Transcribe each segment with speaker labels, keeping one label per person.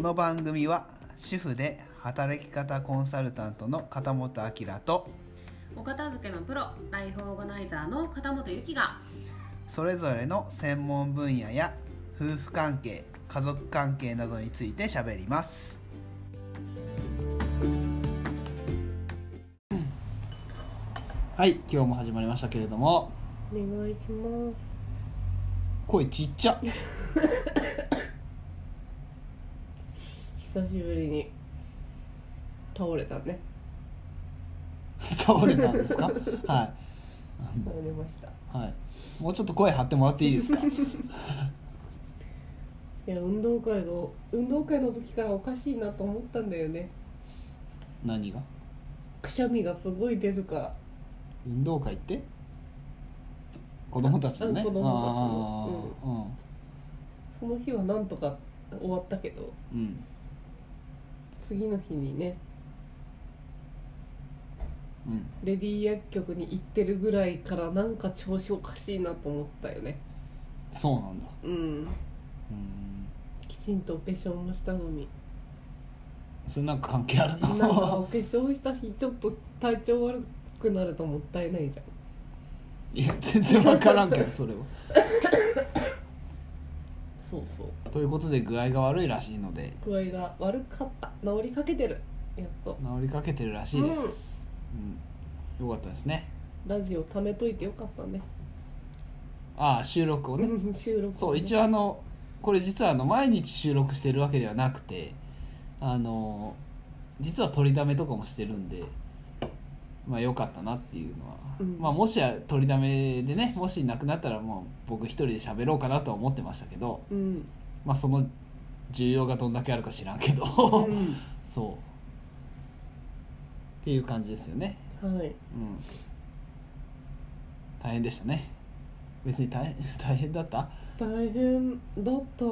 Speaker 1: の番組は主婦で働き方コンサルタントの片本明と
Speaker 2: お片付けのプロライフオーガナイザーの片本由紀が
Speaker 1: それぞれの専門分野や夫婦関係家族関係などについてしゃべります
Speaker 3: はい今日も始まりましたけれども
Speaker 2: お願いしま
Speaker 3: 声ちっちゃ
Speaker 2: す久しぶりに倒れたね
Speaker 3: 倒れたんですかは
Speaker 2: 倒れました
Speaker 3: い、はい、もうちょっと声張ってもらっていいで すか
Speaker 2: いや運動会の運動会の時からおかしいなと思ったんだよね
Speaker 3: 何が
Speaker 2: くしゃみがすごい出るから
Speaker 3: 運動会って子供たちのね
Speaker 2: うん子供たちの
Speaker 3: あー
Speaker 2: その日はなんとか終わったけど
Speaker 3: うん、うん
Speaker 2: 次の日にね
Speaker 3: うん
Speaker 2: レディー薬局に行ってるぐらいからなんか調子おかしいなと思ったよね
Speaker 3: そうなんだ
Speaker 2: うん
Speaker 3: うん
Speaker 2: きちんとお化粧もしたの に
Speaker 3: それなんか関係ある
Speaker 2: なんかお
Speaker 3: の
Speaker 2: 化粧したしちょっと体調悪くなるともったいないじゃ
Speaker 3: い
Speaker 2: ん
Speaker 3: や全然分からんけどそれは
Speaker 2: そうそう
Speaker 3: ということで具合が悪いらしいので
Speaker 2: 具合が悪かった治りかけてるやっと
Speaker 3: 治りかけてるらしいです、うん、よかったですね
Speaker 2: ラジオ貯めといてよかったね
Speaker 3: ああ収録をね
Speaker 2: 収録
Speaker 3: そう一
Speaker 2: 応
Speaker 3: 応あのこれ実はあの毎日収録してるわけではなくてあの実は取りだめとかもしてるんでまあ良かったなっていうのは、
Speaker 2: うん
Speaker 3: まあもしあ取りだめでねもしなくなったらもう僕一人で喋ろうかなとは思ってましたけど
Speaker 2: うん、
Speaker 3: まあその需要がどんだけあるか知らんけど、
Speaker 2: う
Speaker 3: そうっていう感じですよね
Speaker 2: ん、はい
Speaker 3: うん大変でしたね別に大変大変だった
Speaker 2: 大変だった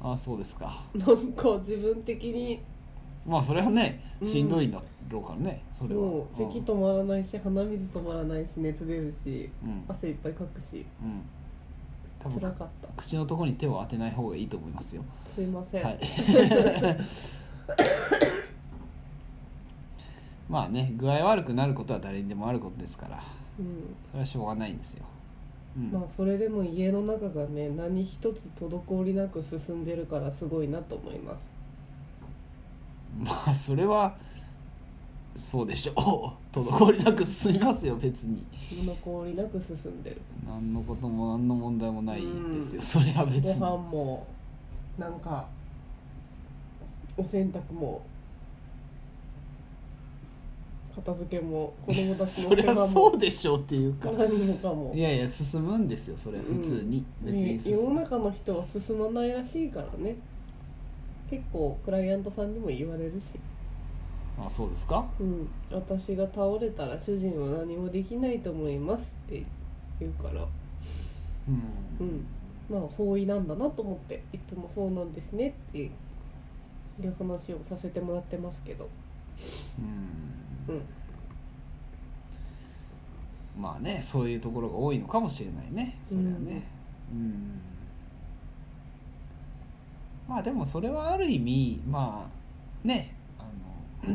Speaker 3: ああそうですか
Speaker 2: なんか自分的に
Speaker 3: まあそれはね
Speaker 2: うん
Speaker 3: しんどいんだろうからね、
Speaker 2: そう
Speaker 3: それは
Speaker 2: 咳止まらないし鼻水止まらないし熱出るし
Speaker 3: うんうん、
Speaker 2: 汗いっぱいかくし
Speaker 3: うん、多
Speaker 2: 辛
Speaker 3: 分
Speaker 2: かった
Speaker 3: 口のところに手を当てない方がいいと思いますよ
Speaker 2: すいません、
Speaker 3: はい まあね具合悪くなることは誰にでもあることですから
Speaker 2: うん、
Speaker 3: それはしょうがないんですよ、うん
Speaker 2: まあそれでも家の中がね何一つ滞りなく進んでるからすごいなと思います
Speaker 3: まあそれはそうでしょう 滞りなく進みますよ別に
Speaker 2: 滞りなく進んでる
Speaker 3: 何のことも何の問題もないですよ、
Speaker 2: う
Speaker 3: それ
Speaker 2: ん
Speaker 3: は別
Speaker 2: ご
Speaker 3: に
Speaker 2: 飯もなんかお洗濯も片付けも子供たちの
Speaker 3: そり
Speaker 2: 世
Speaker 3: ゃ
Speaker 2: 話
Speaker 3: そ
Speaker 2: も
Speaker 3: うでしょうっていうか
Speaker 2: 何もかも
Speaker 3: いやいや進むんですよそれは普通に、別
Speaker 2: ね
Speaker 3: に進
Speaker 2: 世の
Speaker 3: む、
Speaker 2: 中の人は進まないらしいからね結構クライアントさんにも言われるし、
Speaker 3: あそうですか
Speaker 2: うん、私が倒れたら主人は何もできないと思いますって言うから
Speaker 3: うん、
Speaker 2: うんまあ相違なんだなと思っていつもそうなんですねっていう話をさせてもらってますけど
Speaker 3: う
Speaker 2: うんん
Speaker 3: まあねそういうところが多いのかもしれないねそれはねうん、まあでもそれはある意味まあねあの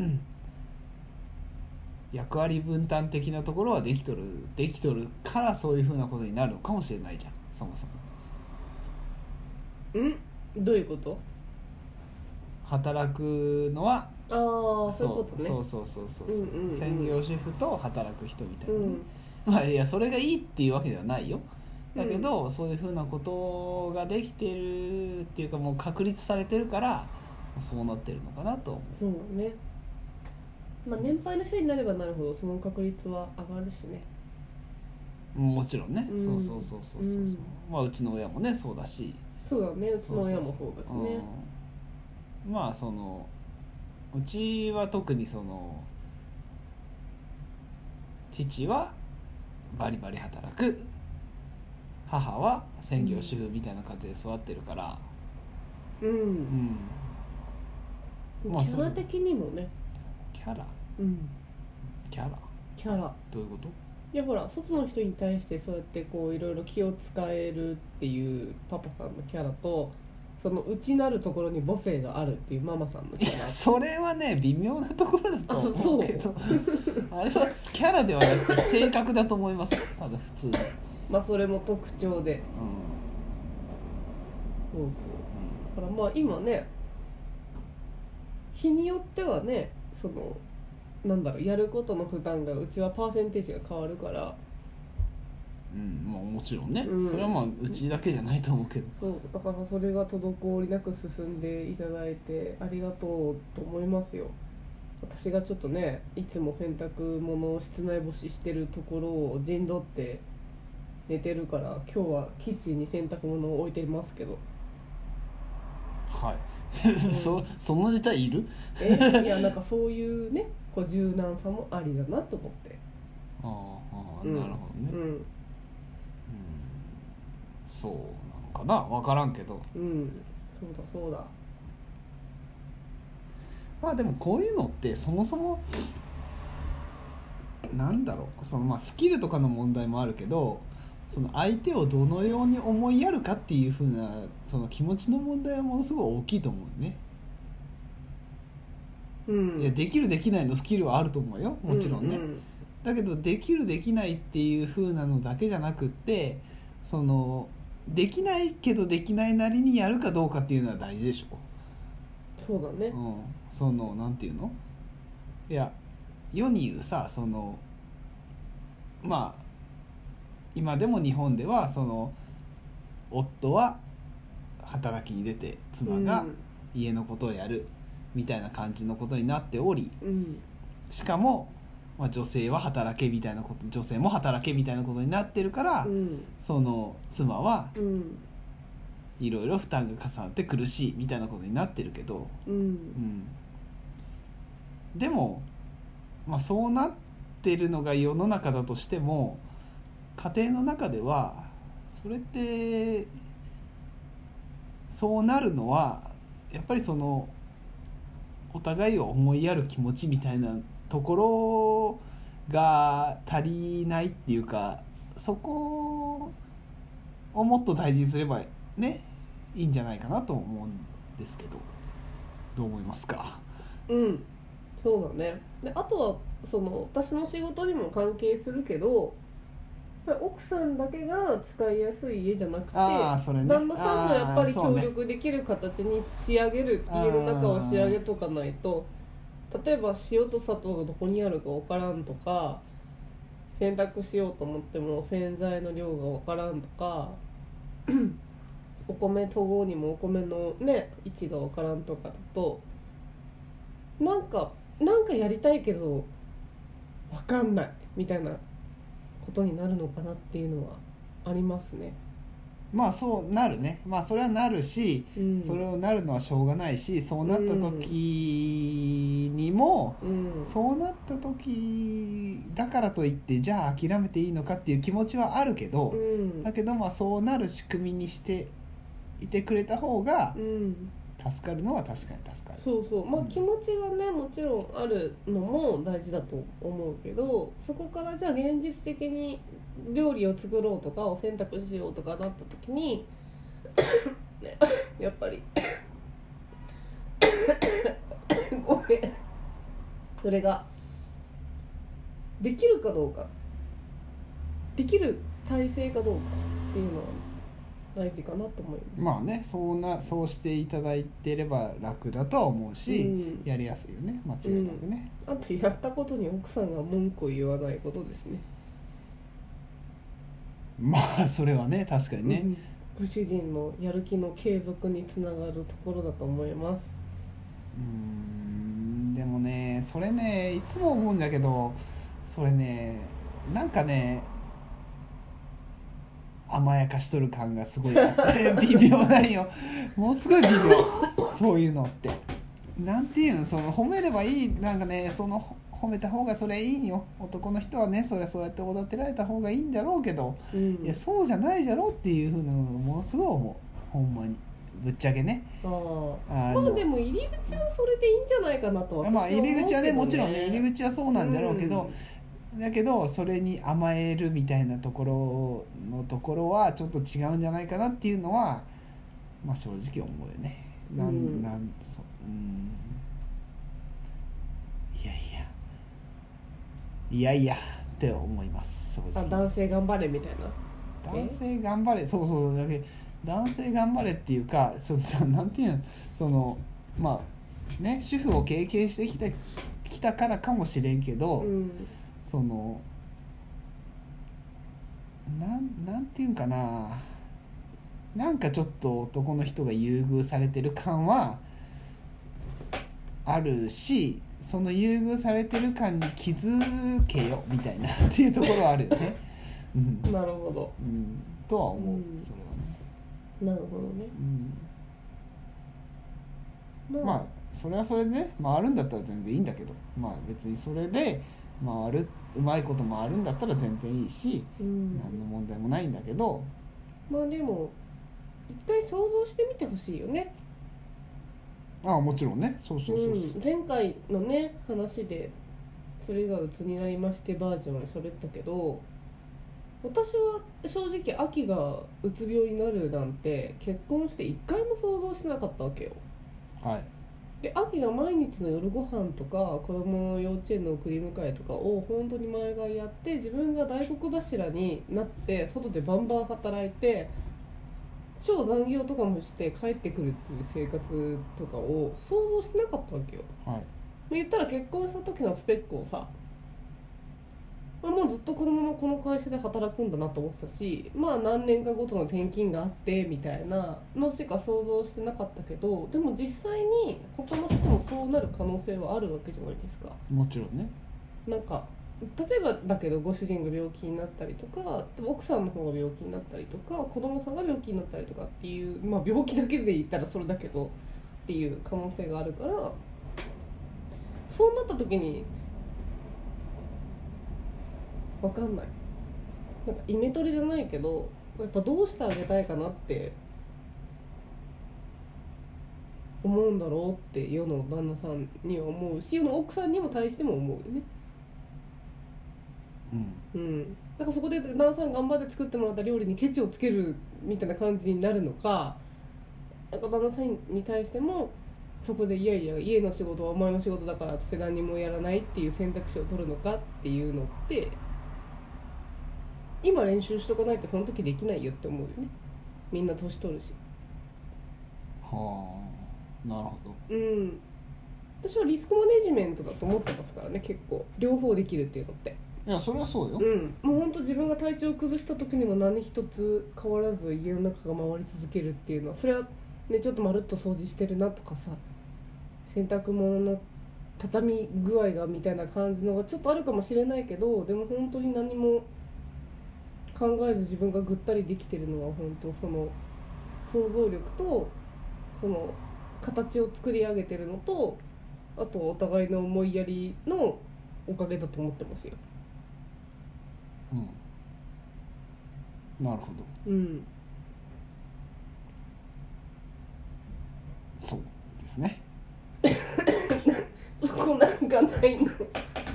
Speaker 3: 役割分担的なところはできとるできとるからそういうふうなことになるのかもしれないじゃんそもそも
Speaker 2: うんどういうこと
Speaker 3: 働くのは
Speaker 2: ああそういうことね
Speaker 3: そうそうそうそうそう,、
Speaker 2: うんうんうん
Speaker 3: 専業主婦と働く人みたいなね、
Speaker 2: ん、
Speaker 3: まあいやそれがいいっていうわけではないよだけど、そういうふうなことができてるっていうかもう確立されてるからそうなってるのかなと思
Speaker 2: そうねまあ年配の人になればなるほどその確率は上がるしね
Speaker 3: うもちろんね、
Speaker 2: うん
Speaker 3: そうそうそうそうそうそう、
Speaker 2: うん
Speaker 3: まあうちの親もねそうだし
Speaker 2: そうだねうちの親もそうだしね
Speaker 3: うんまあそのうちは特にその父はバリバリ働く母は専業主婦みたいな家庭で育ってるから、
Speaker 2: う、
Speaker 3: うんん、まあ
Speaker 2: キャラ的にもね
Speaker 3: キャラ
Speaker 2: うん
Speaker 3: キャラ
Speaker 2: キャラ
Speaker 3: どういうこと
Speaker 2: いやほら外の人に対してそうやってこういろいろ気を使えるっていうパパさんのキャラとその内なるところに母性があるっていうママさんのキャラ
Speaker 3: それはね微妙なところだと思うけどあれはキャラではなくて性格だと思いますただ普通の、うん
Speaker 2: まあそれも特徴でそうそうだからまあ今ね日によってはねそのなんだろうやることの負担がうちはパーセンテージが変わるから
Speaker 3: うんうん、まあもちろんね、
Speaker 2: うん
Speaker 3: それはまあうちだけじゃないと思うけど
Speaker 2: そうだからそれが滞りなく進んでいただいてありがとうと思いますよ私がちょっとねいつも洗濯物を室内干ししてるところを陣取って寝てるから今日はキッチンに洗濯物を置いてますけど
Speaker 3: はい
Speaker 2: うん
Speaker 3: そそのネタいる
Speaker 2: えいやなんかそういうねこう柔軟さもありだなと思って
Speaker 3: ああああ
Speaker 2: うん
Speaker 3: なるほどね、
Speaker 2: う
Speaker 3: うん
Speaker 2: ん
Speaker 3: そうなのかな分からんけど
Speaker 2: うんそうだそうだ
Speaker 3: まあでもこういうのってそもそもなんだろうそのまあスキルとかの問題もあるけどその相手をどのように思いやるかっていうふうなその気持ちの問題はものすごい大きいと思うね、
Speaker 2: うん
Speaker 3: いやできるできないのスキルはあると思うよもちろんね、
Speaker 2: ううん
Speaker 3: だけどできるできないっていう風なのだけじゃなくってそのできないけどできないなりにやるかどうかっていうのは大事でしょ、
Speaker 2: そうだね
Speaker 3: うん、そのなんていうのいや世に言うさそのまあ今でも日本ではその夫は働きに出て妻が家のことをやるみたいな感じのことになっており、
Speaker 2: うん
Speaker 3: しかも、まあ、女性は働けみたいなこと女性も働けみたいなことになってるから、
Speaker 2: うん
Speaker 3: その妻は
Speaker 2: うん
Speaker 3: いろいろ負担が重なって苦しいみたいなことになってるけど、
Speaker 2: う
Speaker 3: うんん、でも、まあ、そうなってるのが世の中だとしても家庭の中ではそれってそうなるのはやっぱりそのお互いを思いやる気持ちみたいなところが足りないっていうかそこをもっと大事にすればねいいんじゃないかなと思うんですけどどう思いますか
Speaker 2: うんそうだねであとはその私の仕事にも関係するけど奥さんだけが使いやすい家じゃなくて
Speaker 3: ああそれね
Speaker 2: 旦那さんもやっぱり
Speaker 3: あーそう
Speaker 2: 協
Speaker 3: ね
Speaker 2: 力できる形に仕上げる、
Speaker 3: あー
Speaker 2: 家の中を仕上げとかないと例えば塩と砂糖がどこにあるか分からんとか洗濯しようと思っても洗剤の量が分からんとか お米研ごうにもお米のね位置が分からんとかだとなんかなんかやりたいけど分かんないみたいなことになるのかなっていうのはありますね。
Speaker 3: まあそうなるねまあそれはなるし、
Speaker 2: うん、
Speaker 3: それをなるのはしょうがないしそうなった時にも、
Speaker 2: うん、
Speaker 3: そうなった時だからといってじゃあ諦めていいのかっていう気持ちはあるけど、
Speaker 2: うん
Speaker 3: だけどまあそうなる仕組みにしていてくれた方が
Speaker 2: うん、
Speaker 3: 助かるのは確かに助かる。
Speaker 2: そうそうまあ
Speaker 3: うん
Speaker 2: 気持ちがねもちろんあるのも大事だと思うけどそこからじゃあ現実的に料理を作ろうとかお洗濯しようとかなった時に ねやっぱり ごめんそれができるかどうかできる体制かどうかっていうのは大事かなと思います。
Speaker 3: まあねそうなそうしていただいてれば楽だとは思うし、
Speaker 2: うん
Speaker 3: やりやすいよね間違いなくね、
Speaker 2: あとやったことに奥さんが文句を言わないことですね。
Speaker 3: まあそれはね確かにね、
Speaker 2: うんご主人のやる気の継続につながるところだと思います。
Speaker 3: うーんでもねそれねいつも思うんだけどそれねなんかね甘やかしとる感がすごいあって微妙なんよもうすごい微妙そういうのってなんていうのその褒めればいいなんかねその褒めた方がそれいいんよ男の人はねそれそうやっておだてられた方がいいんだろうけど
Speaker 2: うん
Speaker 3: いやそうじゃないじゃろっていうふうなのがものすごい思うほんまにぶっちゃけね
Speaker 2: ああ
Speaker 3: あ
Speaker 2: まあ
Speaker 3: の
Speaker 2: でも入り口はそれでいいんじゃないかなと私は
Speaker 3: まあ入り口はね
Speaker 2: 思
Speaker 3: も
Speaker 2: うけ
Speaker 3: ち
Speaker 2: ど
Speaker 3: ろんね入り口はそうなんだろうけど、だけどそれに甘えるみたいなところのところはちょっと違うんじゃないかなっていうのはまあ正直思うよねなん、
Speaker 2: うん
Speaker 3: なんそううんいやいやいやいやって思います正
Speaker 2: あ
Speaker 3: 直
Speaker 2: 男性頑張れみたいな
Speaker 3: 男性頑張れそうそうだけ男性頑張れっていうかその なんていうのそのまあね主婦を経験してきたきたからかもしれんけど、
Speaker 2: うん
Speaker 3: そのなんなんていうんかななんかちょっと男の人が優遇されてる感はあるしその優遇されてる感に気づけよみたいなっていうところはあるよね。うん
Speaker 2: なるほど
Speaker 3: うん、とは思う、
Speaker 2: うん
Speaker 3: それはね、
Speaker 2: なるほどね
Speaker 3: うん、まあそれはそれでね回るんだったら全然いいんだけどまあ別にそれで回るうまいこと回るんだったら全然いいし
Speaker 2: う
Speaker 3: 何の
Speaker 2: ん、
Speaker 3: 問題もないんだけど
Speaker 2: まあでも一回想像してみてほしいよね
Speaker 3: ああもちろんねそうそうそうそう、
Speaker 2: うん、前回のね話で「それが鬱になりまして」バージョンに喋ったけど私は正直秋がうつ病になるなんて結婚して一回も想像してなかったわけよ
Speaker 3: はい
Speaker 2: で秋が毎日の夜ご飯とか子供の幼稚園の送り迎えとかを本当に前がやって自分が大黒柱になって外でバンバン働いて超残業とかもして帰ってくるっていう生活とかを想像してなかったわけよ
Speaker 3: はい
Speaker 2: まあ言ったら結婚した時のスペックをさ、まあもうずっとこのままこの会社で働くんだなと思ってたしまあ何年かごとの転勤があってみたいなのしか想像してなかったけどでも実際に他の人もそうなる可能性はあるわけじゃないですか。
Speaker 3: もちろんね
Speaker 2: なんか例えばだけどご主人が病気になったりとか奥さんの方が病気になったりとか子供さんが病気になったりとかっていう、まあ、病気だけで言ったらそれだけどっていう可能性があるからそうなった時に分かんないなんかイメトレじゃないけどやっぱどうしてあげたいかなって思うんだろうって世の旦那さんには思うし世の奥さんにも対しても思うよね
Speaker 3: うん
Speaker 2: うん、だからそこで旦那さん頑張って作ってもらった料理にケチをつけるみたいな感じになるのかなんか旦那さんに対してもそこでいやいや家の仕事はお前の仕事だからっつって何もやらないっていう選択肢を取るのかっていうのって今練習しとかないとその時できないよって思うよねみんな年取るし
Speaker 3: はあなるほど
Speaker 2: うん私はリスクマネジメントだと思ってますからね結構両方できるっていうのって
Speaker 3: いやそれはそうよ、
Speaker 2: うん、もう本当自分が体調を崩した時にも何一つ変わらず家の中が回り続けるっていうのはそれはねちょっとまるっと掃除してるなとかさ洗濯物の畳み具合がみたいな感じのがちょっとあるかもしれないけどでも本当に何も考えず自分がぐったりできてるのは本当その想像力とその形を作り上げてるのとあとお互いの思いやりのおかげだと思ってますよ。
Speaker 3: うんなるほど
Speaker 2: うん
Speaker 3: そうですね
Speaker 2: そこなんかないの。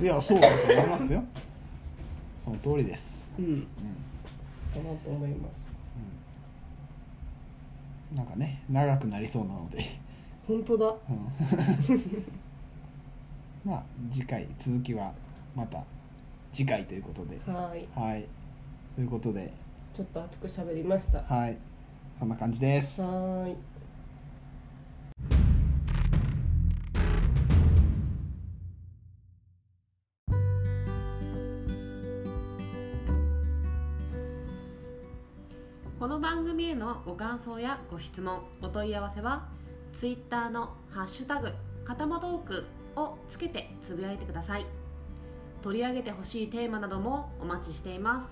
Speaker 3: いやそうだと思いますよその通りです
Speaker 2: うん。
Speaker 3: うん
Speaker 2: かなと思います。
Speaker 3: うんなんかね長くなりそうなので、
Speaker 2: 本当だ。
Speaker 3: うん まあ次回続きはまた次回ということで
Speaker 2: はーい。
Speaker 3: はいということで
Speaker 2: ちょっと熱く喋りました。は
Speaker 3: はいそんな感じです
Speaker 2: ーい。
Speaker 4: この番組へのご感想やご質問お問い合わせは Twitter の「ハッシュタグかたまトーク」をつけてつぶやいてください取り上げてほしいテーマなどもお待ちしています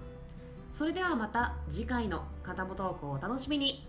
Speaker 4: それではまた次回の「かたまトーク」をお楽しみに